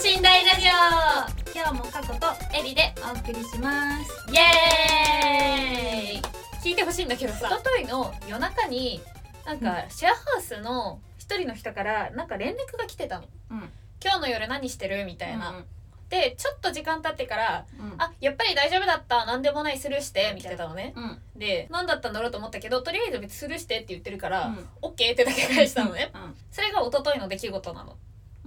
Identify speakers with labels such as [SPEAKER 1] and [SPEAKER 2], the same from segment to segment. [SPEAKER 1] ジオ今日も過去とエリでお送りします
[SPEAKER 2] イエーイ聞いてほしいんだけど
[SPEAKER 1] 一
[SPEAKER 2] さ
[SPEAKER 1] 昨日の夜中になんかシェアハウスの一人の人からなんか連絡が来てたの、
[SPEAKER 2] うん
[SPEAKER 1] 今日の夜何してるみた
[SPEAKER 2] みたい
[SPEAKER 1] いな、
[SPEAKER 2] な、
[SPEAKER 1] でちょっと時間経ってから「
[SPEAKER 2] あ
[SPEAKER 1] あやっぱり大丈夫だった何でもないスルーして」みたいなのね
[SPEAKER 2] うん
[SPEAKER 1] で何だったんだろうと思ったけどとりあえず別にスルーしてって言ってるから、
[SPEAKER 2] うん
[SPEAKER 1] オッケーってだけ返したのね
[SPEAKER 2] うん
[SPEAKER 1] それが一昨日の出来事なの、
[SPEAKER 2] う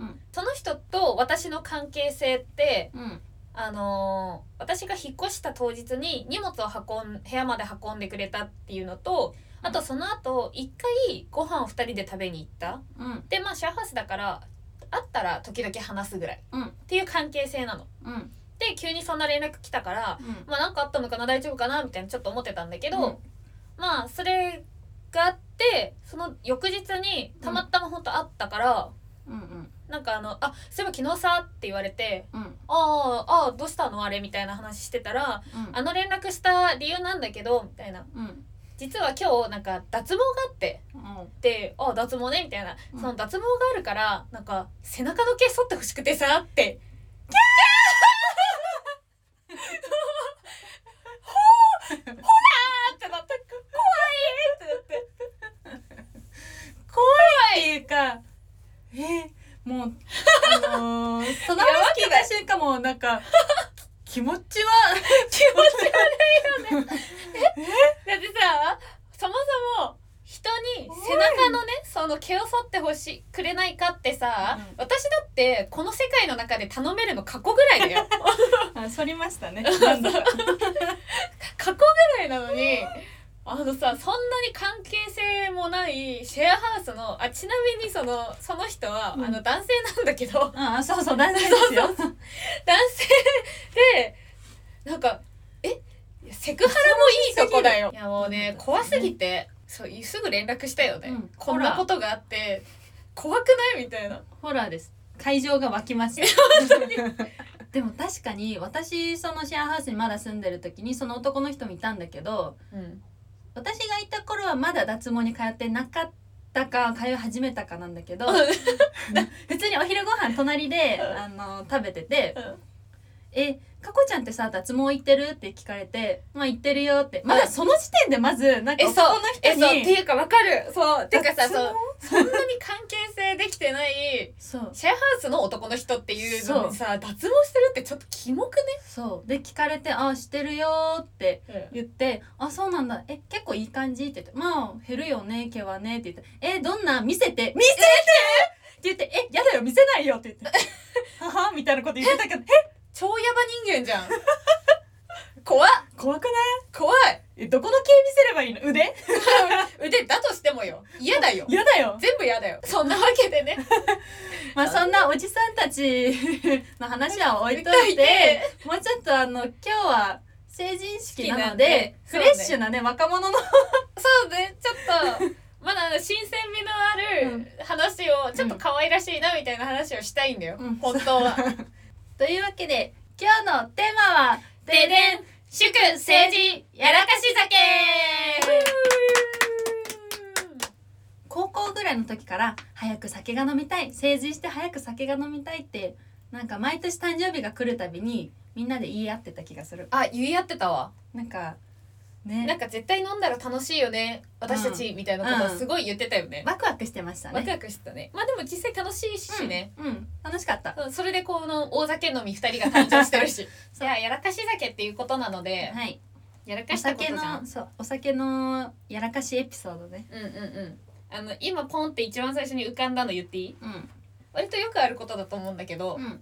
[SPEAKER 2] ん
[SPEAKER 1] その人と私の関係性って
[SPEAKER 2] うん
[SPEAKER 1] あのー私が引っ越した当日に荷物を運ん部屋まで運んでくれたっていうのとあとその後一回ご飯を二人で食べに行った
[SPEAKER 2] うん
[SPEAKER 1] でまあシェアハウスだから会ったら時々話すぐらい
[SPEAKER 2] うん
[SPEAKER 1] っていう関係性なの。
[SPEAKER 2] うん
[SPEAKER 1] で急にそんな連絡来たからまあなんかあったのかな大丈夫かなみたいなちょっと思ってたんだけど、
[SPEAKER 2] うん
[SPEAKER 1] まあそれがあってその翌日にたまたま本当会ったから、
[SPEAKER 2] うんうん
[SPEAKER 1] なんかあの「あそういえば昨日さ」って言われて
[SPEAKER 2] うん
[SPEAKER 1] 「ああああどうしたのあれ」みたいな話してたら「あの連絡した理由なんだけど」みたいな
[SPEAKER 2] うん
[SPEAKER 1] 「実は今日なんか脱毛があって」で「ああ脱毛ね」みたいな、
[SPEAKER 2] うん
[SPEAKER 1] その脱毛があるからなんか背中の毛剃ってほしくてさって。キャーほーほらーってなった怖いってなって
[SPEAKER 2] っていうかえもうあ のーその話聞いた瞬間もうなんか気持ちは
[SPEAKER 1] 気持ち悪いよねえだってさそもそも人に背中のねその毛を剃ってほしくれないかってさ、
[SPEAKER 2] うん
[SPEAKER 1] 私だってこの世界の中で頼めるの過去ぐらいだ よ
[SPEAKER 2] あ反りました ね
[SPEAKER 1] 過去ぐらいなのにあのさそんなに関係性もないシェアハウスのあちなみにそのその人は、
[SPEAKER 2] うん
[SPEAKER 1] あの男性なんだけど男
[SPEAKER 2] あそうそう大丈夫ですよ
[SPEAKER 1] 性でなんかえセクハラもいいとこだよいやもうね怖すぎてそうすぐ連絡したよね、
[SPEAKER 2] うん
[SPEAKER 1] こんなことがあって怖くないみたいな
[SPEAKER 2] ホラーです会場が沸きました でも確かに私そのシェアハウスにまだ住んでる時にその男の人もいたんだけど
[SPEAKER 1] うん
[SPEAKER 2] 私がいた頃はまだ脱毛に通ってなかったか通い始めたかなんだけど普通にお昼ご飯隣で
[SPEAKER 1] うん
[SPEAKER 2] あの食べてて
[SPEAKER 1] うん
[SPEAKER 2] 「えかこちゃんってさ脱毛行ってる?」って聞かれて「まあ行ってるよ」ってまだその時点でまずなんか
[SPEAKER 1] えそう
[SPEAKER 2] 男の人
[SPEAKER 1] えそうって
[SPEAKER 2] に
[SPEAKER 1] いうかわかるそうてかさ
[SPEAKER 2] 脱毛
[SPEAKER 1] そうそんなに関係性できてない
[SPEAKER 2] そう
[SPEAKER 1] シェアハウスの男の人っていうのにさ脱毛してるってちょっとキモく
[SPEAKER 2] そうで聞かれて「あしてるよ」って
[SPEAKER 1] ね、
[SPEAKER 2] 言って「あそうなんだえ結構いい感じ」って言って「まあ減るよね毛はね」って言って「えどんな見せて見せて!」って言って「えやだよ見せないよ」って言って 「はは」みたいなこと言ってたけど「え
[SPEAKER 1] 超ヤバ人間じゃん怖っ
[SPEAKER 2] 怖くない
[SPEAKER 1] 怖 い
[SPEAKER 2] えどこの毛見せればいいの腕
[SPEAKER 1] 腕だとしてもよ嫌だよ
[SPEAKER 2] やだよ
[SPEAKER 1] 全部嫌だよそんなわけでね」
[SPEAKER 2] まあそんなおじさんたち の話は置いと
[SPEAKER 1] 置
[SPEAKER 2] い
[SPEAKER 1] いといて
[SPEAKER 2] てもうちょっとあの今日は成人式な
[SPEAKER 1] 好きな
[SPEAKER 2] の
[SPEAKER 1] んで
[SPEAKER 2] でフレッシュなね若者の
[SPEAKER 1] そうねちょっとまだ新鮮味のある話を、ちょっと可愛らしいなみたいな話をしたいんだよ、
[SPEAKER 2] うん
[SPEAKER 1] 本当 は
[SPEAKER 2] というわけで今日のテーマは「
[SPEAKER 1] ででん祝成人やらかし酒
[SPEAKER 2] 高校ぐらいの時から早く酒が飲みたい成人して早く酒が飲みたいってなんか毎年誕生日が来るたびにみんなで言い合ってた気がする
[SPEAKER 1] あ言い合ってたわ
[SPEAKER 2] なんか
[SPEAKER 1] な
[SPEAKER 2] ね
[SPEAKER 1] んか絶対飲んだら楽しいよね私たちみたいなこと
[SPEAKER 2] う
[SPEAKER 1] を
[SPEAKER 2] ん
[SPEAKER 1] すごい言ってたよね、
[SPEAKER 2] ワクワクしてました
[SPEAKER 1] ワク
[SPEAKER 2] ね
[SPEAKER 1] ワクしてたねまあでも実際楽しいしね、
[SPEAKER 2] うん、うん楽しかった
[SPEAKER 1] うんそれでこの大酒飲み2人が誕生してる しいややらかし酒っていうことなので、
[SPEAKER 2] はい
[SPEAKER 1] やら
[SPEAKER 2] お
[SPEAKER 1] かしたこと
[SPEAKER 2] 酒
[SPEAKER 1] じゃん
[SPEAKER 2] のそうお酒のやらかしエピソードね
[SPEAKER 1] うんうんうんあの今ポンって一番最初に浮かんだの言っていい
[SPEAKER 2] うん
[SPEAKER 1] 割とよくあることだと思うんだけど、
[SPEAKER 2] うん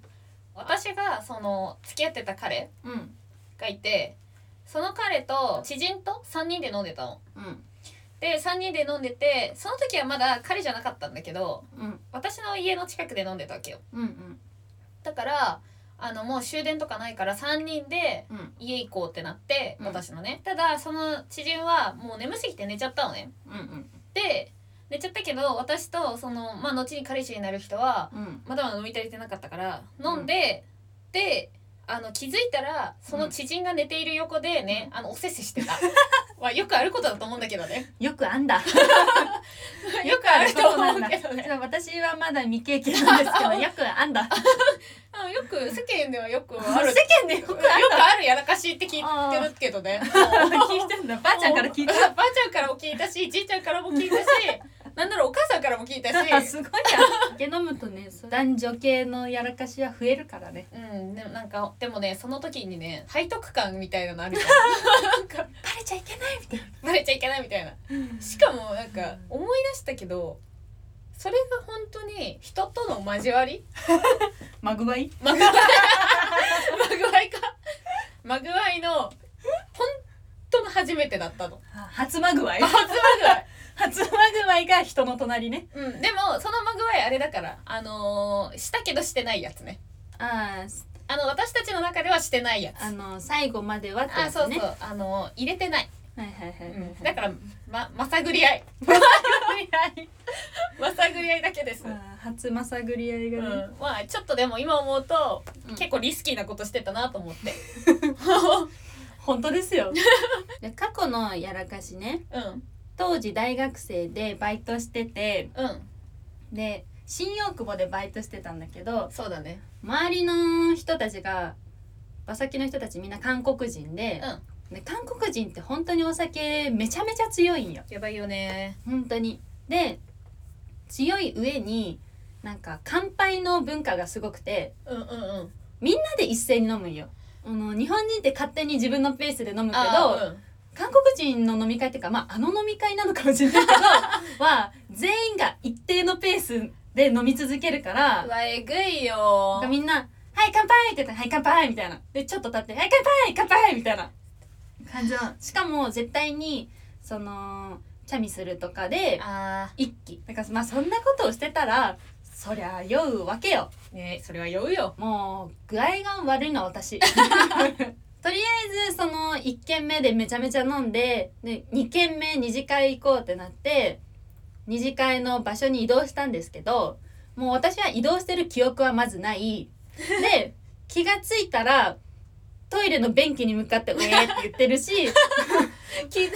[SPEAKER 1] 私がその付き合ってた彼
[SPEAKER 2] うん
[SPEAKER 1] がいてその彼と知人と3人で飲んでたの。
[SPEAKER 2] うん
[SPEAKER 1] で3人で飲んでてその時はまだ彼じゃなかったんだけど
[SPEAKER 2] うん
[SPEAKER 1] 私の家の近くで飲んでたわけよ
[SPEAKER 2] うんうん
[SPEAKER 1] だからあのもう終電とかないから3人で
[SPEAKER 2] うん
[SPEAKER 1] 家行こうってなって
[SPEAKER 2] うん
[SPEAKER 1] 私のね、ただその知人はもう眠すぎて寝ちゃったのね
[SPEAKER 2] うん
[SPEAKER 1] で寝ちゃったけど私とそのまあ後に彼氏になる人は
[SPEAKER 2] うん
[SPEAKER 1] まだまだ飲み足りてなかったから飲んで、であの気づいたらその知人が寝ている横でね、あのおせせしてた はよくあることだと思うんだけど ね
[SPEAKER 2] よくあんだ
[SPEAKER 1] よくあると思うけど
[SPEAKER 2] そう
[SPEAKER 1] ね
[SPEAKER 2] 私はまだ未経験なんですけどよくあんだ
[SPEAKER 1] ああよく世間ではよくあ
[SPEAKER 2] あ
[SPEAKER 1] る
[SPEAKER 2] る 世間でよ
[SPEAKER 1] よ
[SPEAKER 2] く
[SPEAKER 1] く
[SPEAKER 2] あるの
[SPEAKER 1] あるやらかしって聞いてるけどね
[SPEAKER 2] 聞いてんだばあちゃんから聞い
[SPEAKER 1] ば
[SPEAKER 2] た
[SPEAKER 1] あちゃんからも聞いたしじいちゃんからも聞 いたしなんだろうお母さんからも聞いたし
[SPEAKER 2] すごいや酒飲むとねそう男女系のやらかしは増えるからね
[SPEAKER 1] うんでもなんかでもねその時にね背徳感みたいなのある じゃんなんか
[SPEAKER 2] バレちゃいけないみたいな
[SPEAKER 1] バレちゃいけないみたいなしかもなんか思い出したけどそれが本当に人との交わり
[SPEAKER 2] マグワイ
[SPEAKER 1] マグワイマグワイかマグワイの本当の初めてだったの
[SPEAKER 2] 初マグワイ
[SPEAKER 1] 初マグワイ
[SPEAKER 2] 初マグワイが人の隣ね
[SPEAKER 1] うんでもそのマグワイあれだからあのーしたけどしてないやつね
[SPEAKER 2] あー
[SPEAKER 1] あの私たちの中ではしてないやつ
[SPEAKER 2] あの最後まではって
[SPEAKER 1] あ
[SPEAKER 2] やつ
[SPEAKER 1] そう
[SPEAKER 2] ね
[SPEAKER 1] そうあの入れてない、
[SPEAKER 2] はいはいはいはいはい
[SPEAKER 1] だからままさぐり合いまさぐり合いだけです、う ん
[SPEAKER 2] あー初まさぐり合いがね、
[SPEAKER 1] まあちょっとでも今思うと、
[SPEAKER 2] うん
[SPEAKER 1] 結構リスキーなことしてたなと 思って
[SPEAKER 2] 本当ですよ で過去のやらかしね
[SPEAKER 1] うん
[SPEAKER 2] 当時大学生でバイトしてて
[SPEAKER 1] うん
[SPEAKER 2] で新大久保でバイトしてたんだけど
[SPEAKER 1] そうだね
[SPEAKER 2] 周りの人たちが馬先の人たちみんな韓国人で,、で韓国人って本当にお酒めちゃめちゃ強いんよ
[SPEAKER 1] やばいよね
[SPEAKER 2] 本当にで強い上になんか乾杯の文化がすごくて
[SPEAKER 1] うんうんうん
[SPEAKER 2] みんなで一斉に飲むんよあの日本人って勝手に自分のペースで飲むけど、
[SPEAKER 1] あー
[SPEAKER 2] 韓国人の飲み会っていうか、まあ、あの飲み会なのかもしれないけどは全員が一定のペースで飲み続けるか
[SPEAKER 1] うんう
[SPEAKER 2] ら
[SPEAKER 1] わえぐいよ
[SPEAKER 2] みんな「はい乾杯!」って言ったら「はい乾杯!」みたいなでちょっと経って「はい乾杯乾杯!」みたいな感じのしかも絶対にそのチャミするとかで
[SPEAKER 1] あ
[SPEAKER 2] 一気だからまあそんなことをしてたらそりゃ酔うわけよ
[SPEAKER 1] ーねそれは酔うよ
[SPEAKER 2] もう具合が悪いのは 私とりあえずその1軒目でめちゃめちゃ飲んでで2軒目二次会行こうってなって二次会の場所に移動したんですけどもう私は移動してる記憶はまずないで気がついたらトイレの便器に向かって「ウェー」って言ってるし
[SPEAKER 1] き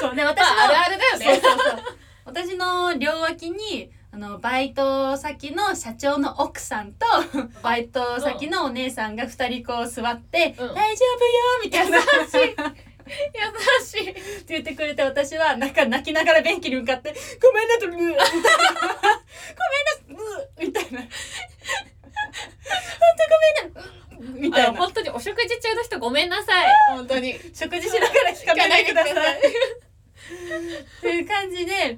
[SPEAKER 2] そうね
[SPEAKER 1] ま
[SPEAKER 2] 私
[SPEAKER 1] あ、あ
[SPEAKER 2] の
[SPEAKER 1] るあるだよね
[SPEAKER 2] そうそうそう私の両脇にあのバイト先の社長の奥さんとバイト先のお姉さんが2人こう座って「
[SPEAKER 1] うん
[SPEAKER 2] 大丈夫よ」みたいなって
[SPEAKER 1] 優しい
[SPEAKER 2] 言ってくれて私はなんか泣きながら便器に向かって「ごめんなとブー」ごめんなブーみたいな「本当ごめんな」みたい
[SPEAKER 1] あ
[SPEAKER 2] な
[SPEAKER 1] 本当にお食事中の人ごめんなさい本当に
[SPEAKER 2] 食事しながら聞かないでくださ
[SPEAKER 1] 聞かない
[SPEAKER 2] い。っていう感じで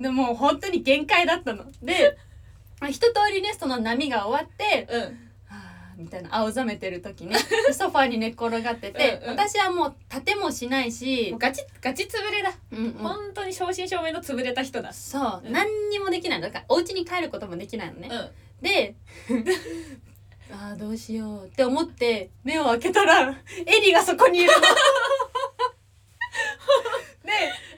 [SPEAKER 2] でもう本当に限界だったの。でまあ一通りねその波が終わって
[SPEAKER 1] うん
[SPEAKER 2] はあみたいな青ざめてる時 ねソファーに寝っ転がってて
[SPEAKER 1] うんうん
[SPEAKER 2] 私はもう立てもしないし
[SPEAKER 1] もう、ガチガチ潰れだ、
[SPEAKER 2] うんうん
[SPEAKER 1] 本当に正真正銘の潰れた人だ
[SPEAKER 2] そう、
[SPEAKER 1] うん
[SPEAKER 2] 何にもできないのだからお家に帰ることもできないのね。
[SPEAKER 1] う
[SPEAKER 2] であーどうしようって思って目を開けたらエリがそこにいるの。で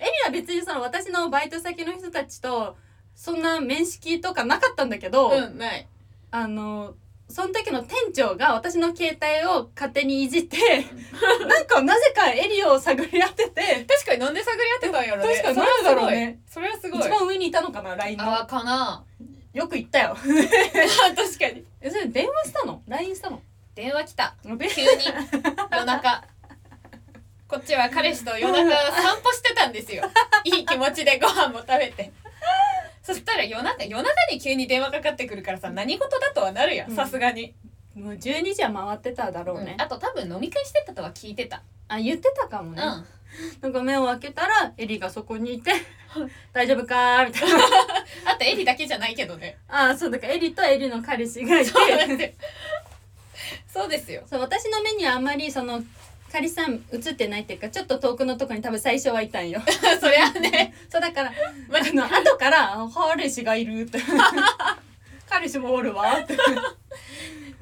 [SPEAKER 2] エリは別にその私のバイト先の人たちとそんな面識とかなかったんだけど、
[SPEAKER 1] んない
[SPEAKER 2] あのその時の店長が私の携帯を勝手にいじってなんかなぜかエリを探り当てて
[SPEAKER 1] 確かになんで探り合ってたんやろね
[SPEAKER 2] 確かになんだろうね
[SPEAKER 1] それはすごい
[SPEAKER 2] 一
[SPEAKER 1] それはすごい
[SPEAKER 2] 番上にいたのかな LINE
[SPEAKER 1] あ
[SPEAKER 2] の
[SPEAKER 1] ーかな
[SPEAKER 2] よく言ったよ
[SPEAKER 1] 確かに
[SPEAKER 2] えそれ電話したの LINE したの
[SPEAKER 1] 電話来た
[SPEAKER 2] べ
[SPEAKER 1] 急に夜中こっちは彼氏と夜中散歩してたんですよいい気持ちでご飯も食べてそしたら夜中夜中に急に電話かかってくるからさ何事だとはなるやん
[SPEAKER 2] うん
[SPEAKER 1] さすがに、
[SPEAKER 2] もう12時は回ってただろうね、
[SPEAKER 1] うんあと多分飲み会してたとは聞いてた
[SPEAKER 2] あ言ってたかも
[SPEAKER 1] う
[SPEAKER 2] ね、なんか目を開けたらエリがそこにいて「 大丈夫か?」みたいな
[SPEAKER 1] あとエリだけじゃないけどね。
[SPEAKER 2] ああそうだからエリとエリの彼氏がいて そう
[SPEAKER 1] そうですよ。
[SPEAKER 2] 私の目にはあまりその彼氏さん映ってないっていうかちょっと遠くのとこに多分最初はいたん よ
[SPEAKER 1] そりゃね、
[SPEAKER 2] そうだから
[SPEAKER 1] ま
[SPEAKER 2] あの後からあ「彼氏がいる」って 彼氏もおるわって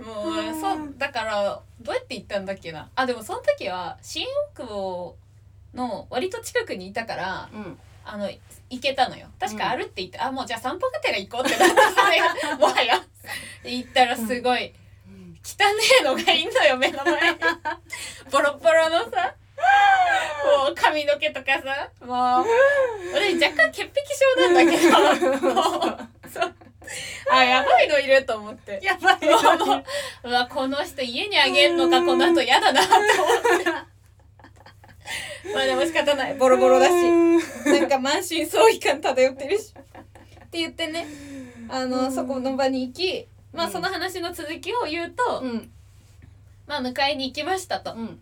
[SPEAKER 1] もうそうだからどうやって行ったんだっけな。あでもその時は新大久保の割と近くにいたから
[SPEAKER 2] うん
[SPEAKER 1] あの行けたのよ。確か
[SPEAKER 2] うん
[SPEAKER 1] 歩って行って、あもうじゃあ散歩がてら行こうってなってそれが もはや行ったらすごい汚ねえのがいんのよ目の前に。ボロボロのさ。もう髪の毛とか さもう俺若干潔癖症なんだけどもうそうあやばいのいると 思って
[SPEAKER 2] やばい
[SPEAKER 1] もう もううわこの人家にあげるのかこの後やだなって 思ってまあでも仕方ないボロボロだしなんか満身創痍感漂ってるし って言ってねあのそこの場に行きまあその話の続きを言うと、
[SPEAKER 2] うん
[SPEAKER 1] まあ迎えに行きましたと
[SPEAKER 2] うん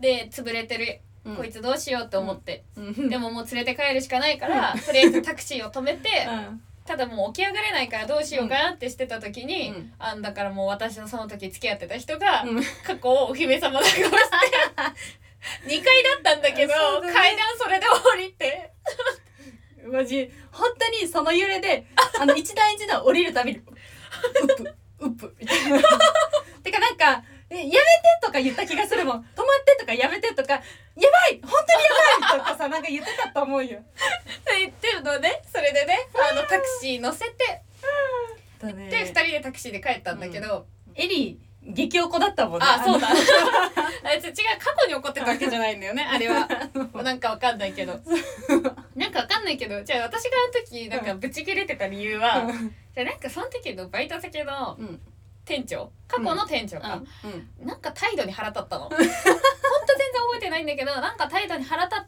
[SPEAKER 1] で潰れてる
[SPEAKER 2] うん
[SPEAKER 1] こいつどうしようって思って、
[SPEAKER 2] うん
[SPEAKER 1] でももう連れて帰るしかないから、とりあえずタクシーを止めて、
[SPEAKER 2] うん
[SPEAKER 1] ただもう起き上がれないからどうしようかなってしてた時に、
[SPEAKER 2] うん
[SPEAKER 1] あんだからもう私のその時付き合ってた人が、
[SPEAKER 2] うん
[SPEAKER 1] 過去をお姫 様だからして2階だったんだけど
[SPEAKER 2] そうだね
[SPEAKER 1] 階段それで降りて
[SPEAKER 2] マジ本当にその揺れ であの一段一段降りるたびに「うっぷうっぷ」みたい な。てかなんか「えやめて」とか言った気がするもん「止まって」とか「やめて」とか「やばい本当にやばい」と かさなんか言ってたと思うよ。
[SPEAKER 1] って言ってるのねそれでねあのタクシー乗せて
[SPEAKER 2] だ
[SPEAKER 1] で2
[SPEAKER 2] ね、
[SPEAKER 1] 人でタクシーで帰ったんだけど、
[SPEAKER 2] エリー激おこだったもんね。
[SPEAKER 1] あそうだ
[SPEAKER 2] あ
[SPEAKER 1] あいつ違う過去に起こってたわけじゃないんだよ ねあれは。
[SPEAKER 2] の。
[SPEAKER 1] なんかわかんないけどなんかわかんないけどじゃあ私があの時なんかブチ切れてた理由は、じゃあなんかその時のバイト先の
[SPEAKER 2] うん
[SPEAKER 1] 店長過去の店長か、
[SPEAKER 2] う
[SPEAKER 1] なんか態度に腹立った のほんと全然覚えてないんだけどなんか態度に腹立っ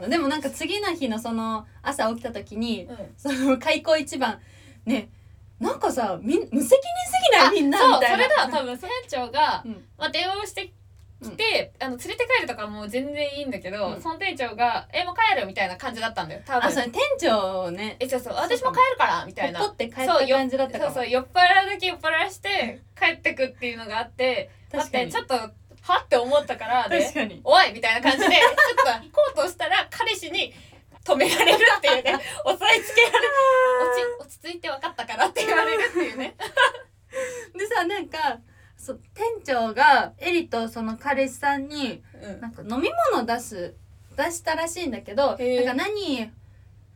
[SPEAKER 1] て、
[SPEAKER 2] ん、でもなんか次の日のその朝起きた時に
[SPEAKER 1] うん
[SPEAKER 2] その開口一番ねなんかさみん無責任すぎない みんな
[SPEAKER 1] そう
[SPEAKER 2] みたいな
[SPEAKER 1] それだ多分船長が、
[SPEAKER 2] うん
[SPEAKER 1] まあ、電話をしてきて、あの連れて帰るとかもう全然いいんだけど、
[SPEAKER 2] うん
[SPEAKER 1] その店長が「えもう帰る」みたいな感じだったんだよ多
[SPEAKER 2] あそれ
[SPEAKER 1] 分
[SPEAKER 2] 店長をね
[SPEAKER 1] えそうそう私も帰るからみたいな
[SPEAKER 2] 怒って帰った感じだったか
[SPEAKER 1] そ
[SPEAKER 2] も
[SPEAKER 1] うそう酔っ払うだけ酔っ払わして帰ってくっていうのがあってだっ
[SPEAKER 2] 確か
[SPEAKER 1] て
[SPEAKER 2] に
[SPEAKER 1] ちょっとはって思ったから
[SPEAKER 2] 確
[SPEAKER 1] で
[SPEAKER 2] かに
[SPEAKER 1] 「おい!」みたいな感じでちょっと行こうとしたら彼氏に止められるって いうね押さえつけられる落ち落ち着いて分かったからって言われるっていうね
[SPEAKER 2] でさなんかそう店長がエリとその彼氏さんに
[SPEAKER 1] うん
[SPEAKER 2] なんか飲み物出す出したらしいんだけどなん
[SPEAKER 1] へー
[SPEAKER 2] か何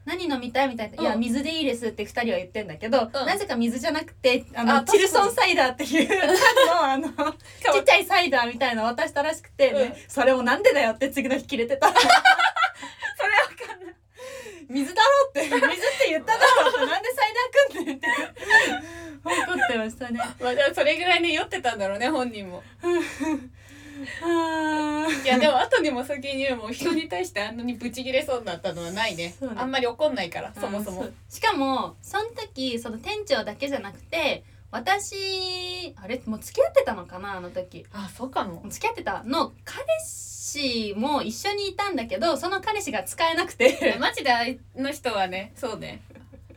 [SPEAKER 2] 何飲みたいみたいな「
[SPEAKER 1] うん
[SPEAKER 2] いや水でいいです」って2人は言ってんだけど、
[SPEAKER 1] ん
[SPEAKER 2] なぜか水じゃなくてあの
[SPEAKER 1] あ確か
[SPEAKER 2] チ
[SPEAKER 1] に
[SPEAKER 2] ルソンサイダーって いう缶のあのちっちゃいサイダーみたいなの渡したらしくて、ね
[SPEAKER 1] う
[SPEAKER 2] それもなんでだよって次の日切れてた
[SPEAKER 1] それは分かんない
[SPEAKER 2] 水だろって 水って言っただろってなんでサイダーくんって言って怒ってましたね
[SPEAKER 1] まあでもそれぐらいね酔ってたんだろうね本人も
[SPEAKER 2] あー
[SPEAKER 1] い やでも後にも先にも人に対してあんなにブチギレそうになったのはないね
[SPEAKER 2] そうね
[SPEAKER 1] あんまり怒んないからそもそも
[SPEAKER 2] あうしかもその時その店長だけじゃなくて私あれもう付き合ってたのかなあの時
[SPEAKER 1] あそうかも
[SPEAKER 2] 付き合ってたの彼氏も一緒にいたんだけどその彼氏が使えなくて
[SPEAKER 1] マジであの人はねそうね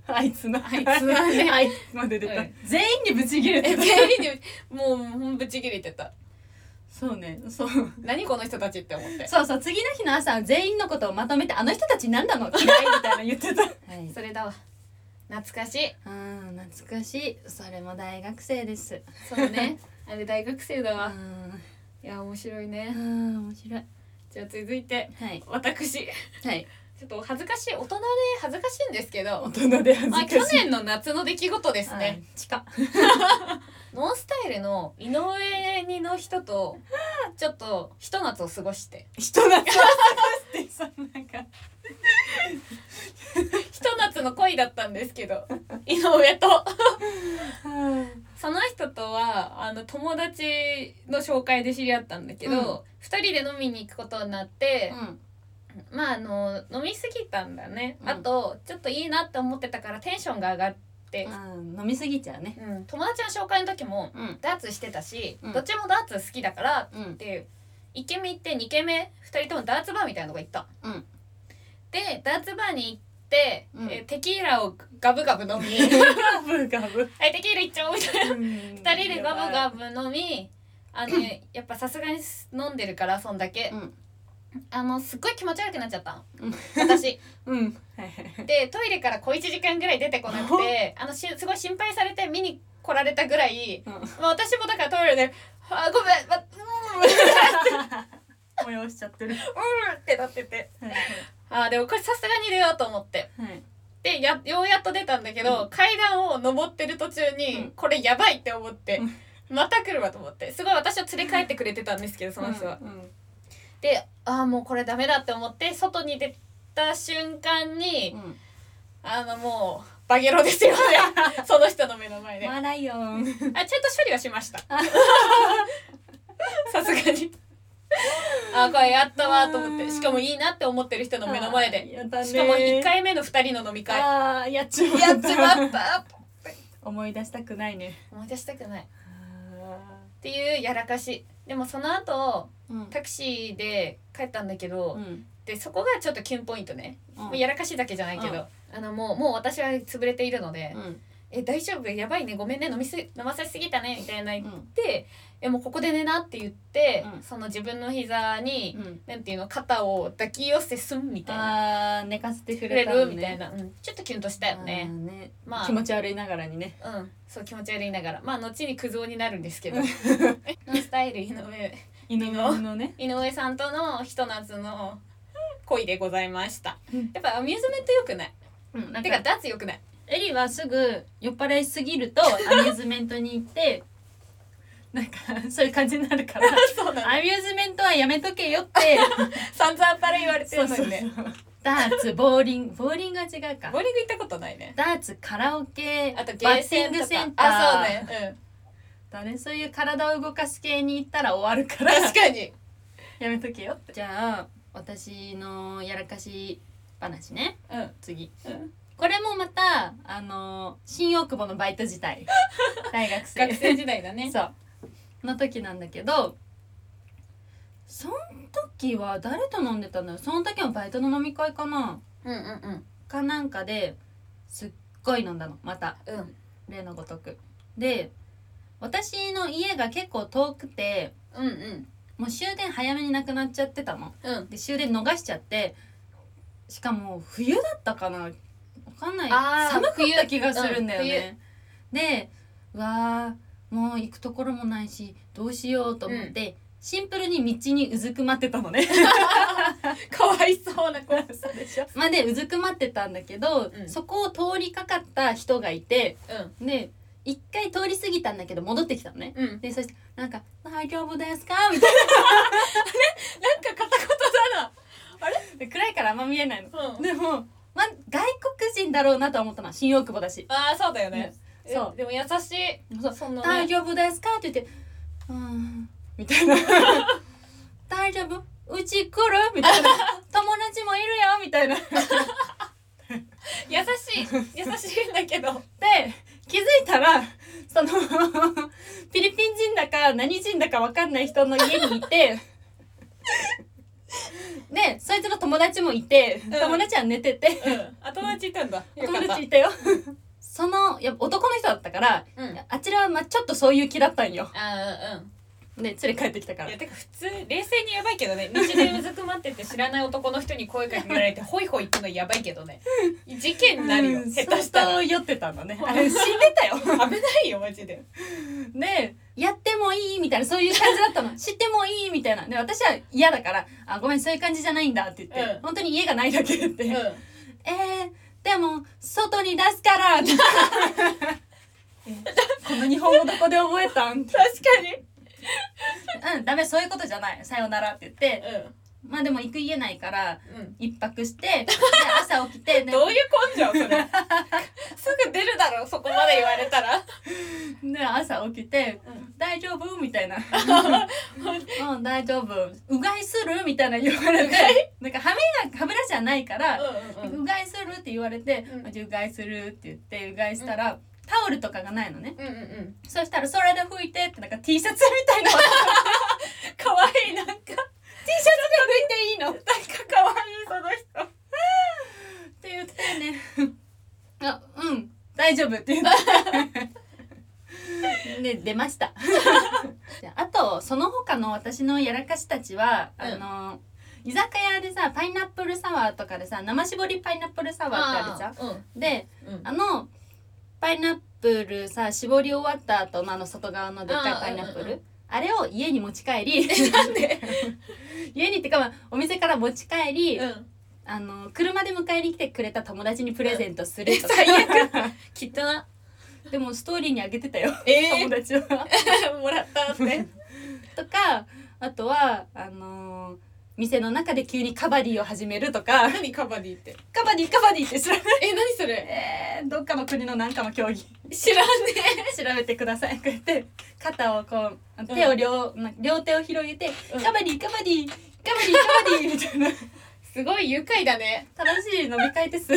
[SPEAKER 2] あいつな
[SPEAKER 1] あいつなね
[SPEAKER 2] あいつまで出た、
[SPEAKER 1] うん
[SPEAKER 2] 全員にブチギレて
[SPEAKER 1] え
[SPEAKER 2] た
[SPEAKER 1] 全員にもうほんぶち切れてた
[SPEAKER 2] そうねそう
[SPEAKER 1] 何この人たちって思って
[SPEAKER 2] そうそう次の日の朝全員のことをまとめてあの人たちなん だの嫌いみたいな言ってた、はい
[SPEAKER 1] それだわ懐かしい
[SPEAKER 2] うん懐かしいそれも大学生です
[SPEAKER 1] そう ねあれ大学生だ
[SPEAKER 2] う
[SPEAKER 1] わ
[SPEAKER 2] ん
[SPEAKER 1] いや面白いうね
[SPEAKER 2] ん面白い
[SPEAKER 1] じゃあ続いて
[SPEAKER 2] はい
[SPEAKER 1] 私
[SPEAKER 2] はい
[SPEAKER 1] ちょっとお恥ずかしい大人で恥ずかしいんですけど
[SPEAKER 2] 人で恥
[SPEAKER 1] まあ去年の夏の出来事ですね、
[SPEAKER 2] 地下
[SPEAKER 1] ノンスタイルの井上にの人 とちょっとひと夏を過ごして
[SPEAKER 2] 人だってさなんか
[SPEAKER 1] ひと夏の恋だったんですけ ど井上と その人とはあの友達の紹介で知り合ったんだけど、二2人で飲みに行くことになって、まああの飲みすぎたんだね、
[SPEAKER 2] うん
[SPEAKER 1] あとちょっといいなって思ってたからテンションが上がって、
[SPEAKER 2] うん飲みすぎちゃうね
[SPEAKER 1] うん友達の紹介の時も
[SPEAKER 2] うん
[SPEAKER 1] ダーツしてたし、
[SPEAKER 2] うん
[SPEAKER 1] どっちもダーツ好きだから
[SPEAKER 2] うん
[SPEAKER 1] で1軒目行って2軒目2人ともダーツバーみたいなとこ行った、
[SPEAKER 2] うん
[SPEAKER 1] でダーツバーに行って、
[SPEAKER 2] うん
[SPEAKER 1] えテキーラをガブガブ 飲み
[SPEAKER 2] ガブガブ
[SPEAKER 1] はいテキーラ行っちゃおうみたい な
[SPEAKER 2] 二
[SPEAKER 1] 2人でガブガブ飲みあのねやっぱさすがに飲んでるからそんだけ、
[SPEAKER 2] うん
[SPEAKER 1] あのすっごい気持ち悪くなっちゃったの
[SPEAKER 2] うん
[SPEAKER 1] 私
[SPEAKER 2] うん
[SPEAKER 1] でトイレから小1時間ぐらい出てこなくてあのしすごい心配されて見に来られたぐらい、
[SPEAKER 2] うん
[SPEAKER 1] まあ、私もだからトイレで「あごめん、ま、うん
[SPEAKER 2] 催しちゃってる
[SPEAKER 1] うん」ってなってて
[SPEAKER 2] はい
[SPEAKER 1] あーでもこれさすがに出ようと思って
[SPEAKER 2] はい
[SPEAKER 1] でやようやっと出たんだけど、
[SPEAKER 2] うん
[SPEAKER 1] 階段を上ってる途中に、
[SPEAKER 2] うん
[SPEAKER 1] これやばいって思って、
[SPEAKER 2] うん
[SPEAKER 1] また来るわと思ってすごい私を連れ帰ってくれてたんですけどその人は。でああもうこれダメだって思って外に出た瞬間に、あのもうバゲロで すよねその人の目の前であ
[SPEAKER 2] マライオン
[SPEAKER 1] ちゃんと処理はしました さすがにあこれやったわと思ってしかもいいなって思ってる人の目の前で
[SPEAKER 2] やったね
[SPEAKER 1] しかも1回目の2人の飲み会
[SPEAKER 2] あーやっちまった
[SPEAKER 1] やっちまった
[SPEAKER 2] 思い出したくないね
[SPEAKER 1] 思い出したくないっていうやらかしでもその後
[SPEAKER 2] うん
[SPEAKER 1] タクシーで帰ったんだけど、
[SPEAKER 2] うん
[SPEAKER 1] でそこがちょっとキュンポイントね、もうやらかしだけじゃないけど、
[SPEAKER 2] うん
[SPEAKER 1] あのもうもう私は潰れているので「
[SPEAKER 2] うん
[SPEAKER 1] え大丈夫やばいねごめんね飲みす飲ませすぎたね」みたいな
[SPEAKER 2] う
[SPEAKER 1] 言っ
[SPEAKER 2] ん
[SPEAKER 1] て「えもうここで寝な」って言って、
[SPEAKER 2] うん
[SPEAKER 1] その自分の膝に、
[SPEAKER 2] うん
[SPEAKER 1] なんていうの肩を抱き寄せすんみたいな
[SPEAKER 2] あー寝かせてく
[SPEAKER 1] 触
[SPEAKER 2] れ
[SPEAKER 1] れ
[SPEAKER 2] たの
[SPEAKER 1] る
[SPEAKER 2] ね
[SPEAKER 1] みたいな、うん、ちょっとキュンとしたよ
[SPEAKER 2] あー
[SPEAKER 1] ね。
[SPEAKER 2] ね
[SPEAKER 1] まあ
[SPEAKER 2] 気持ち悪いながらにね
[SPEAKER 1] うん、そう気持ち悪いながらまあ後にクズ男になるんですけ どノンスタイル井上
[SPEAKER 2] 犬の犬のね
[SPEAKER 1] 井上さんとのひと夏の恋でございました
[SPEAKER 2] うん
[SPEAKER 1] やっぱアミューズメント良くない
[SPEAKER 2] うんなん
[SPEAKER 1] て
[SPEAKER 2] か
[SPEAKER 1] か脱良くない
[SPEAKER 2] エリはすぐ酔っ払いすぎる とアミューズメントに行ってなんかそういう感じになる から
[SPEAKER 1] そうな
[SPEAKER 2] アミューズメントはやめとけよ って
[SPEAKER 1] 散々パレ言われてるのにね
[SPEAKER 2] ダーツボーリングボーリングは違うか
[SPEAKER 1] ボーリング行ったことないね
[SPEAKER 2] ダーツカラオケ
[SPEAKER 1] あとゲ
[SPEAKER 2] バ
[SPEAKER 1] ー
[SPEAKER 2] ッ
[SPEAKER 1] セ
[SPEAKER 2] ティ
[SPEAKER 1] ン
[SPEAKER 2] ング
[SPEAKER 1] と
[SPEAKER 2] セ
[SPEAKER 1] か
[SPEAKER 2] ンター
[SPEAKER 1] あそうね
[SPEAKER 2] だねそういう体を動かす系に行ったら終わるか
[SPEAKER 1] うん
[SPEAKER 2] ら
[SPEAKER 1] 確かに
[SPEAKER 2] やめとけよってじゃあ私のやらかし話ね
[SPEAKER 1] うん
[SPEAKER 2] 次
[SPEAKER 1] うん
[SPEAKER 2] これもまたあの新大久保のバイト自 体大学生
[SPEAKER 1] 学生時代だね
[SPEAKER 2] そうの時なんだけどその時は誰と飲んでたんだろうその時はバイトの飲み会かな
[SPEAKER 1] うんうんうん
[SPEAKER 2] かなんかですっごい飲んだのまた
[SPEAKER 1] うん
[SPEAKER 2] 例のごとくで私の家が結構遠くて
[SPEAKER 1] うんうん
[SPEAKER 2] もう終電早めになくなっちゃってたの
[SPEAKER 1] うん
[SPEAKER 2] で終電逃しちゃってしかも冬だったかなわかんない
[SPEAKER 1] あー
[SPEAKER 2] 寒かった気がするんだよね、でうわーもう行くところもないしどうしようと思って、シンプルに道にうずくまってたの ね
[SPEAKER 1] かわいそうな子
[SPEAKER 2] でまあでうずくまってたんだけど、
[SPEAKER 1] うん
[SPEAKER 2] そこを通りかかった人がいて
[SPEAKER 1] うん
[SPEAKER 2] で一回通り過ぎたんだけど戻ってきたのね
[SPEAKER 1] うんなんか
[SPEAKER 2] でそしてなんか「大丈夫ですか?」みたい
[SPEAKER 1] 片言だ
[SPEAKER 2] な暗いからあんま見えないの
[SPEAKER 1] なうん
[SPEAKER 2] でも、まあ、外国人だろうなとは思ったの新大久保だし
[SPEAKER 1] ああそうだよね
[SPEAKER 2] うんそう
[SPEAKER 1] えでも優しい
[SPEAKER 2] そう
[SPEAKER 1] そんな
[SPEAKER 2] 大
[SPEAKER 1] ね
[SPEAKER 2] 丈夫ですか?」って言って「うーん」みたいな「大丈夫うち来る?」みたいな「友達もいるよ」みたいなで
[SPEAKER 1] 優しい優しいんだけど
[SPEAKER 2] 気づいたらそのフィリピン人だか何人だか分かんない人の家にいて。で、そいつの友達もいて、
[SPEAKER 1] ん
[SPEAKER 2] 友達は寝てて、
[SPEAKER 1] うんあ友達いたんだよかっ
[SPEAKER 2] 友
[SPEAKER 1] た
[SPEAKER 2] 達いたよ。その、やっぱ男の人だったから、
[SPEAKER 1] うん
[SPEAKER 2] あちらはまあちょっとそういう気だったんよ。
[SPEAKER 1] あーうん
[SPEAKER 2] ね、連れ帰ってきたから
[SPEAKER 1] いや。てか普通冷静にやばいけどね道でうずくまってて知らない男の人に声かけられてホイホイ行くのやばいけどね事件になるよ、
[SPEAKER 2] うん
[SPEAKER 1] 下手したら
[SPEAKER 2] 相当酔ってたんだねあれ死んでた よ
[SPEAKER 1] 危ないよマジで
[SPEAKER 2] でやってもいいみたいなそういう感じだったの知ってもいいみたいなで私は嫌だから「あごめんそういう感じじゃないんだ」って言って、
[SPEAKER 1] うん
[SPEAKER 2] 本当に家がないだけって「
[SPEAKER 1] う
[SPEAKER 2] え
[SPEAKER 1] ん
[SPEAKER 2] ー、でも外に出す から」ってえこの日本語どこで覚えたんって
[SPEAKER 1] 確かに
[SPEAKER 2] うんダメそういうことじゃないさよならって言ってまあでも行く家ないから
[SPEAKER 1] うん、うん
[SPEAKER 2] 一泊してで朝起きて で
[SPEAKER 1] どういう根性それすぐ出るだろそこまで言われたら
[SPEAKER 2] で朝起きて
[SPEAKER 1] う
[SPEAKER 2] 「
[SPEAKER 1] ん
[SPEAKER 2] 大丈夫?」みた いな「うん大丈夫うがいする?」みたいな言われて
[SPEAKER 1] うが
[SPEAKER 2] なんか歯磨き歯ブラシはないから「
[SPEAKER 1] うんうんう
[SPEAKER 2] うんがいする?」って言われて
[SPEAKER 1] うん
[SPEAKER 2] 「じゃあうがいする?」って言ってうがいしたら、タオルとかがないのね
[SPEAKER 1] うんうん
[SPEAKER 2] そしたら「それで拭いて」ってなんか T シャツみたいな T シャ
[SPEAKER 1] かわいいなんかなんか
[SPEAKER 2] ツで拭いていいのっ
[SPEAKER 1] かわいいその人
[SPEAKER 2] て言ってね「 あうん大丈夫」って言 って。で出ました であとその他の私のやらかしたちは、
[SPEAKER 1] うん
[SPEAKER 2] あの居酒屋でさパイナップルサワーとかでさ生搾りパイナップルサワーってあるじゃん
[SPEAKER 1] あーうん
[SPEAKER 2] で
[SPEAKER 1] うん
[SPEAKER 2] あのパイナップルさ絞り終わった後のあの外側のでっかいパイナップ
[SPEAKER 1] うんうんうん
[SPEAKER 2] ルあれを家に持ち帰り
[SPEAKER 1] なんで
[SPEAKER 2] 家にってか、まあ、お店から持ち帰り、
[SPEAKER 1] うん
[SPEAKER 2] あの車で迎えに来てくれた友達にプレゼントするとか、
[SPEAKER 1] 最悪きっとな
[SPEAKER 2] でもストーリーにあげてたよ
[SPEAKER 1] え
[SPEAKER 2] 友達は。
[SPEAKER 1] ー、もらったって
[SPEAKER 2] とかあとはあのー店の中で急にカバディを始めるとか
[SPEAKER 1] 何カバディって
[SPEAKER 2] カバディカバディって知らない
[SPEAKER 1] え何それ
[SPEAKER 2] えーどっかの国のなんかの 競技調
[SPEAKER 1] 知らんね
[SPEAKER 2] べてくださいこうやって肩をこう手を両,、な両手を広げて、
[SPEAKER 1] うん
[SPEAKER 2] カバディカバディカバディカバディみ たいな
[SPEAKER 1] すごい愉快だね
[SPEAKER 2] 正しい飲み会です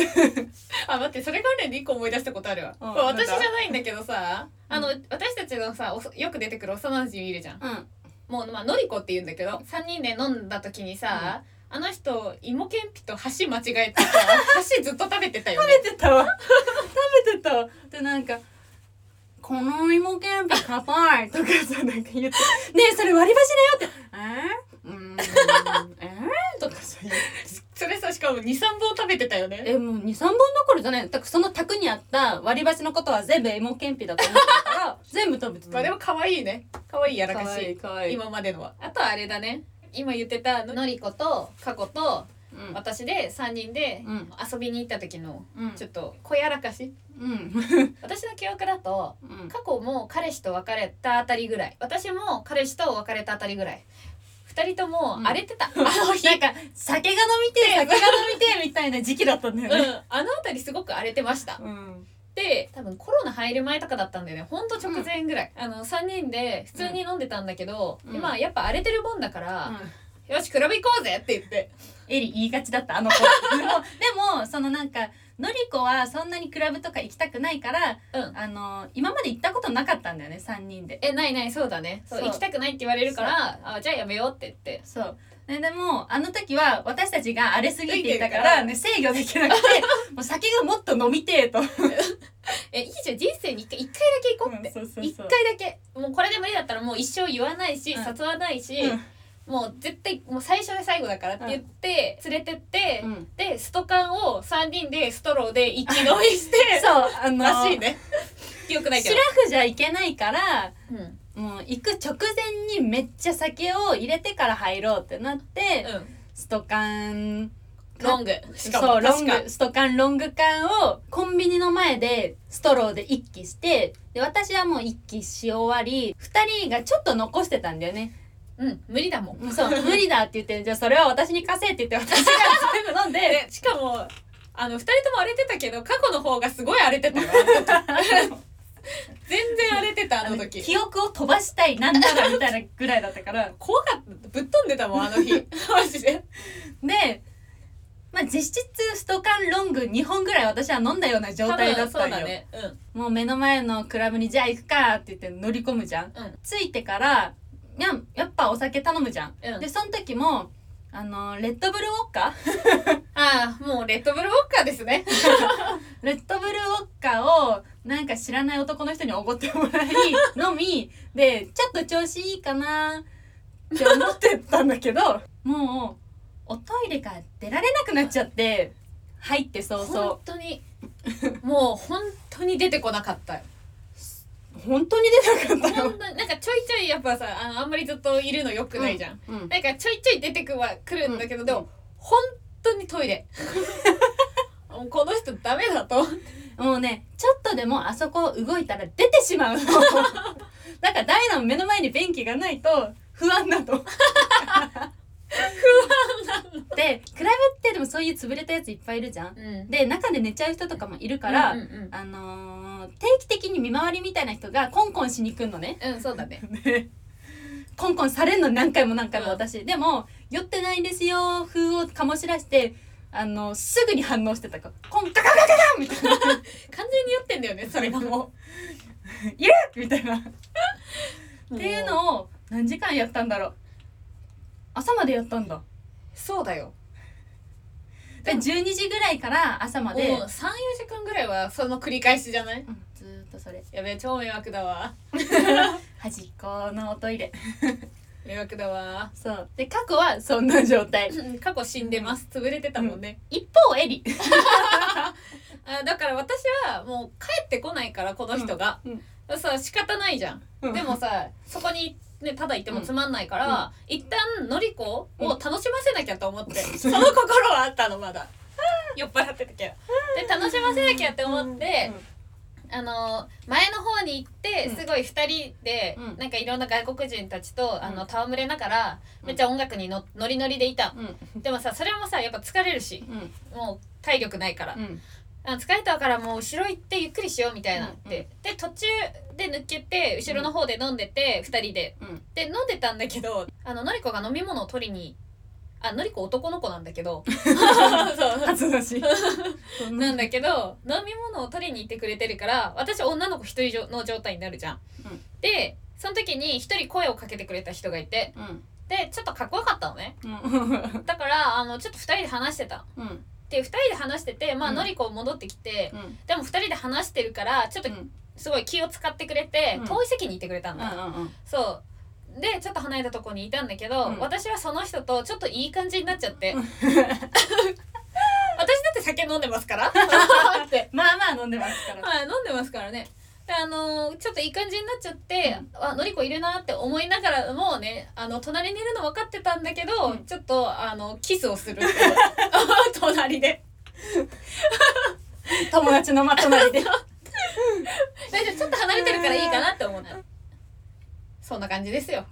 [SPEAKER 1] あ待ってそれ関連で一個思い出したことあるわ、
[SPEAKER 2] うん
[SPEAKER 1] これ私じ
[SPEAKER 2] な
[SPEAKER 1] ゃ
[SPEAKER 2] んだ
[SPEAKER 1] ないんだけどさ
[SPEAKER 2] うん
[SPEAKER 1] あの私たちのさおそよく出てくる幼馴染いるじゃん
[SPEAKER 2] うん
[SPEAKER 1] もうまあのりこって言うんだけど3人で飲んだ時にさ、あの人芋けんぴと箸間違え てさ箸ずっと食べてたよね
[SPEAKER 2] 食べてたわ食べてたわでなんか「この芋けんぴ硬い」とかさなんか言って「ねえそれ割り箸だよ」って「えー、うーんえー、とかさ言って
[SPEAKER 1] それさしかも23本食べてたよね
[SPEAKER 2] えもう23本どころじゃないだからその卓にあった割り箸のことは全部芋けんぴだと思ってたから全部食べてた
[SPEAKER 1] まあでも可愛いね可愛いやらか
[SPEAKER 2] かわ
[SPEAKER 1] し
[SPEAKER 2] い
[SPEAKER 1] い
[SPEAKER 2] いかわいい、
[SPEAKER 1] 今までのはあとはあれだね今言ってたのりことかこと
[SPEAKER 2] うん
[SPEAKER 1] 私で3人で
[SPEAKER 2] うん
[SPEAKER 1] 遊びに行った時の
[SPEAKER 2] うん
[SPEAKER 1] ちょっと小やらかし
[SPEAKER 2] うん
[SPEAKER 1] 私の記憶だと
[SPEAKER 2] うん
[SPEAKER 1] 過去も彼氏と別れたあたりぐらい私も彼氏と別れたあたりぐらい2人とも荒れて た、あの日
[SPEAKER 2] なんか酒が飲みてえ酒が飲みてえみたいな時期だったんだよ
[SPEAKER 1] う
[SPEAKER 2] ね、
[SPEAKER 1] ん、あの辺りすごく荒れてました
[SPEAKER 2] うん
[SPEAKER 1] で多分コロナ入る前とかだったんだよねほんと直前ぐらい、あの3人で普通に飲んでたんだけど、
[SPEAKER 2] うん
[SPEAKER 1] 今やっぱ荒れてるもんだから、よしクラブ行こうぜって言って
[SPEAKER 2] エリ言いがちだったあ の子でもでもそのなんかのりこはそんなにクラブとか行きたくないから、
[SPEAKER 1] うん
[SPEAKER 2] あの今まで行ったことなかったんだよね3人で
[SPEAKER 1] えないないそうだねそう
[SPEAKER 2] そう
[SPEAKER 1] 行きたくないって言われるからあじゃあやめようって言って
[SPEAKER 2] そうででもあの時は私たちが荒れすぎていたか
[SPEAKER 1] 過ぎてるから
[SPEAKER 2] ら、ね、制御できな くてもう酒がもっと飲みてえと
[SPEAKER 1] えいいじゃん人生に一回一回だけ行こうって、
[SPEAKER 2] そうそう
[SPEAKER 1] 一
[SPEAKER 2] そう
[SPEAKER 1] 回だけもうこれで無理だったらもう一生言わないし、
[SPEAKER 2] うん
[SPEAKER 1] 誘わないし、
[SPEAKER 2] うん
[SPEAKER 1] もう絶対もう最初で最後だからって言って、連れてって、
[SPEAKER 2] うん
[SPEAKER 1] でストカンを3人でストローで一気飲み して
[SPEAKER 2] そうあの
[SPEAKER 1] らしい ね記憶ないけ
[SPEAKER 2] シ
[SPEAKER 1] ど
[SPEAKER 2] ラ、フじゃいけないから
[SPEAKER 1] うんうん、
[SPEAKER 2] もう行く直前にめっちゃ酒を入れてから入ろうってなって、ストカン
[SPEAKER 1] ロングしかも
[SPEAKER 2] そうロン
[SPEAKER 1] 確か
[SPEAKER 2] グスト缶ロング缶をコンビニの前でストローで一気してで私はもう一気し終わり2人がちょっと残してたんだよね
[SPEAKER 1] うん無理だもん
[SPEAKER 2] そう 無理だって言ってじゃあそれは私に貸せって言って私が全部飲ん で
[SPEAKER 1] でしかもあの2人とも荒れてたけど過去の方がすごい荒れて たよ全然荒れてたあの時
[SPEAKER 2] 記憶を飛ばしたいなんならみたいなぐらいだったから
[SPEAKER 1] 怖かったぶっ飛んでたもんあの 日マジで
[SPEAKER 2] で、まあ、実質スト缶ロング2本ぐらい私は飲んだような状態だったんよ
[SPEAKER 1] 多分そうだねうん
[SPEAKER 2] もう目の前のクラブにじゃあ行くかって言って乗り込むじゃん、
[SPEAKER 1] うん
[SPEAKER 2] 着いてからいややっぱお酒頼むじゃん、
[SPEAKER 1] うん
[SPEAKER 2] でその時もあのレッドブルウォッ カ
[SPEAKER 1] ああもうレッドブルウォッカーですね
[SPEAKER 2] レッドブルウォッカをなんか知らない男の人におごっても らい飲みでちょっと調子いいかなって思ってたんだけど もうおトイレから出られなくなっちゃって入って早々
[SPEAKER 1] 本当にもう本当に出てこなか ったよ
[SPEAKER 2] 本当に出なかったよ
[SPEAKER 1] 本当になんかちょいちょいやっぱさあのあんまりずっといるのよくないじゃん、、
[SPEAKER 2] うん
[SPEAKER 1] なんかちょいちょい出てくは来るんだけど、
[SPEAKER 2] うん
[SPEAKER 1] でも本当にトイレ もうこの人ダメだと
[SPEAKER 2] もうねちょっとでもあそこ動いたら出てしまう のだからダイナも目の前に便器がないと不安だと不安なのでクラブってでもそういう潰れたやついっぱいいるじゃん
[SPEAKER 1] うん
[SPEAKER 2] で中で寝ちゃう人とかもいるから、
[SPEAKER 1] うんうん
[SPEAKER 2] あのー定期的に見回りみたいな人がコンコンしに来んのね
[SPEAKER 1] うん、うんそうだね
[SPEAKER 2] コンコンされんの何回も何回も
[SPEAKER 1] うん
[SPEAKER 2] 私、でも酔ってないんですよ風を醸し出してあのすぐに反応してたからコンカカカカカみたいな
[SPEAKER 1] 完全に酔ってんだよねそれがも
[SPEAKER 2] 「イエーみたいな
[SPEAKER 1] う
[SPEAKER 2] っていうのを何時間やったんだろう朝までやったんだ
[SPEAKER 1] そうだよ
[SPEAKER 2] で12時ぐらいから朝ま
[SPEAKER 1] で
[SPEAKER 2] で
[SPEAKER 1] 34時間ぐらいはその繰り返しじゃない
[SPEAKER 2] うんずーっとそれ
[SPEAKER 1] やべえ超迷惑だわ
[SPEAKER 2] 端っこのおトイレ
[SPEAKER 1] 迷惑だわ
[SPEAKER 2] そうで過去はそんな状態
[SPEAKER 1] うん過去死んでます潰れてたもんね、
[SPEAKER 2] 一方エリ
[SPEAKER 1] あだから私はもう帰ってこないからこの人が、
[SPEAKER 2] うん
[SPEAKER 1] さ仕方ないじゃん、 でもさそこにねただいてもつまんないから、一旦のりこを楽しませなきゃと思って、その心 はあったのまだ酔っ払ってたけどで楽しませなきゃって思って、あの前の方に行って
[SPEAKER 2] うん
[SPEAKER 1] すごい2人で、
[SPEAKER 2] うん
[SPEAKER 1] なんかいろんな外国人たちとあ
[SPEAKER 2] う
[SPEAKER 1] の
[SPEAKER 2] ん
[SPEAKER 1] 戯れながら、
[SPEAKER 2] うん
[SPEAKER 1] めっちゃ音楽にのノリノリでいた
[SPEAKER 2] うん
[SPEAKER 1] でもさそれもさやっぱ疲れるし
[SPEAKER 2] うん
[SPEAKER 1] もう体力ないから、
[SPEAKER 2] うん
[SPEAKER 1] あ疲れたからもう後ろ行ってゆっくりしようみたいなって、
[SPEAKER 2] うんうん
[SPEAKER 1] で途中で抜けて後ろの方で飲んでて、2人で
[SPEAKER 2] うん
[SPEAKER 1] で飲んでたんだけどあののりこが飲み物を取りにあのりこ男の子なんだ けどそう
[SPEAKER 2] 初出しそん
[SPEAKER 1] なんだけど飲み物を取りに行ってくれてるから私女の子一人の状態になるじゃん。
[SPEAKER 2] うん
[SPEAKER 1] でその時に一人声をかけてくれた人がいて
[SPEAKER 2] うん
[SPEAKER 1] でちょっとかっこよかったのね
[SPEAKER 2] うん
[SPEAKER 1] だからあのちょっと2人で話してた。
[SPEAKER 2] うん
[SPEAKER 1] で2人で話しててまあ、
[SPEAKER 2] うん
[SPEAKER 1] のりこ戻ってきて
[SPEAKER 2] うん
[SPEAKER 1] でも2人で話してるからちょっと
[SPEAKER 2] うん
[SPEAKER 1] すごい気を使ってくれて、
[SPEAKER 2] うん
[SPEAKER 1] 遠い席にいてくれたんだ、
[SPEAKER 2] うん
[SPEAKER 1] そうでちょっと離れたとこにいたんだけど、
[SPEAKER 2] うん
[SPEAKER 1] 私はその人とちょっといい感じになっちゃって、
[SPEAKER 2] うん
[SPEAKER 1] 私だって酒飲んでますから って
[SPEAKER 2] まあまあ飲んでますから
[SPEAKER 1] はい、飲んでますからね。であのーちょっといい感じになっちゃって、あのりこいるなって思いながらもうねあの隣にいるの分かってたんだけど、
[SPEAKER 2] うん
[SPEAKER 1] ちょっとあのキス をするっていう 隣で
[SPEAKER 2] 友達のまとまりで
[SPEAKER 1] 大丈夫ちょっと離れてるからいいかなって思ったそんな感じですよ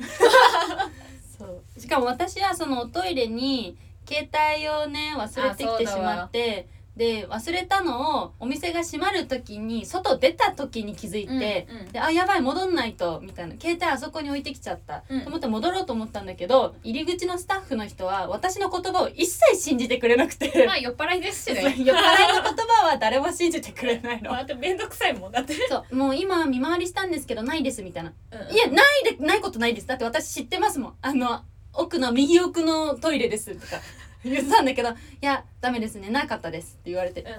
[SPEAKER 2] そうしかも私はそのおトイレに携帯をね忘れてきて
[SPEAKER 1] あ
[SPEAKER 2] し
[SPEAKER 1] そうだわ
[SPEAKER 2] まってで忘れたのをお店が閉まる時に外出た時に気づいて、
[SPEAKER 1] うんうん
[SPEAKER 2] であやばい戻んないとみたいな携帯あそこに置いてきちゃった、
[SPEAKER 1] うん
[SPEAKER 2] と思って戻ろうと思ったんだけど入り口のスタッフの人は私の言葉を一切信じてくれなくて、
[SPEAKER 1] まあ酔っ払いですし
[SPEAKER 2] 酔っ
[SPEAKER 1] ね
[SPEAKER 2] 払いの言葉は誰も信じてくれないの
[SPEAKER 1] まあ、あと面倒くさいもんだって、
[SPEAKER 2] そうもう今見回りしたんですけどないですみたいな
[SPEAKER 1] うん
[SPEAKER 2] いやないでないことないですだって私知ってますもんあの奥の右奥のトイレですとか言ってたんだけど「いやダメですねなかったです」って言われて、
[SPEAKER 1] ん
[SPEAKER 2] く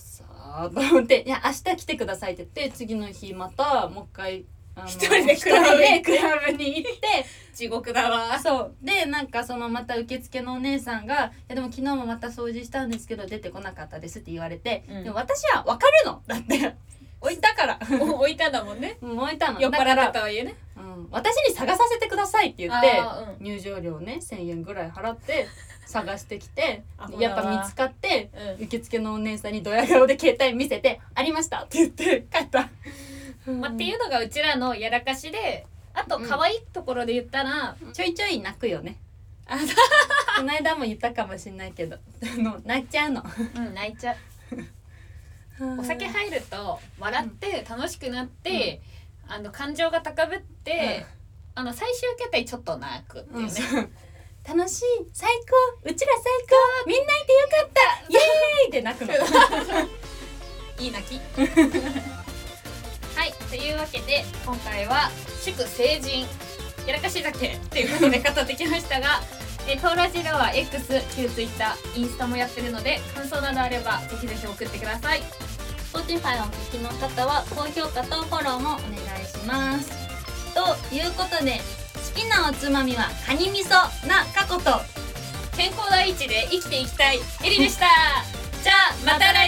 [SPEAKER 2] そーと思って「いや明日来てください」って言って次の日またもう一回あの
[SPEAKER 1] 一人で
[SPEAKER 2] 一
[SPEAKER 1] クラブ行って
[SPEAKER 2] 人でクラブに行って
[SPEAKER 1] 地獄だわ
[SPEAKER 2] そうでなんかそのまた受付のお姉さんが「いやでも昨日もまた掃除したんですけど出てこなかったです」って言われて、
[SPEAKER 1] うん
[SPEAKER 2] でも私は分かるのだって置いた から
[SPEAKER 1] お置いたんだもんね
[SPEAKER 2] もう置いたの
[SPEAKER 1] 酔っ払
[SPEAKER 2] だから
[SPEAKER 1] ってたわいえね
[SPEAKER 2] うん、私に探させてくださいって言って
[SPEAKER 1] あー
[SPEAKER 2] 入場料ね1,000円ぐらい払 って探してきて
[SPEAKER 1] アホだわ
[SPEAKER 2] やっぱ見つかって
[SPEAKER 1] うんうん
[SPEAKER 2] 受付のお姉さんにドヤ顔で携帯見せて「ありました」って言って帰った。
[SPEAKER 1] まあ、って
[SPEAKER 2] う
[SPEAKER 1] い
[SPEAKER 2] ん
[SPEAKER 1] うのがうちらのやらかしであと可愛いところで言ったら、
[SPEAKER 2] ちょいちょい泣くよね
[SPEAKER 1] あ
[SPEAKER 2] この間も言ったかもしんないけどあの泣いちゃうの
[SPEAKER 1] うん、泣いちゃうお酒入ると笑って楽しくなって、あの感情が高ぶって、あの最終形態ちょっと泣くっていう
[SPEAKER 2] う
[SPEAKER 1] ね、
[SPEAKER 2] んそう楽しい最高うちら最高みんないてよかったイエーイって泣くの
[SPEAKER 1] いい泣きはいというわけで今回は「祝成人やらかし酒」っていうことで語ってきました がえー、トーラジでは X、旧 Twitter、インスタもやってるので感想などあればぜひぜひ送ってください
[SPEAKER 2] Spotify をお聞きの方は高評価とフォローもお願いしますということで好きなおつまみはカニ味噌な過去と
[SPEAKER 1] 健康第一で生きていきたいエリでしたじゃあまた来週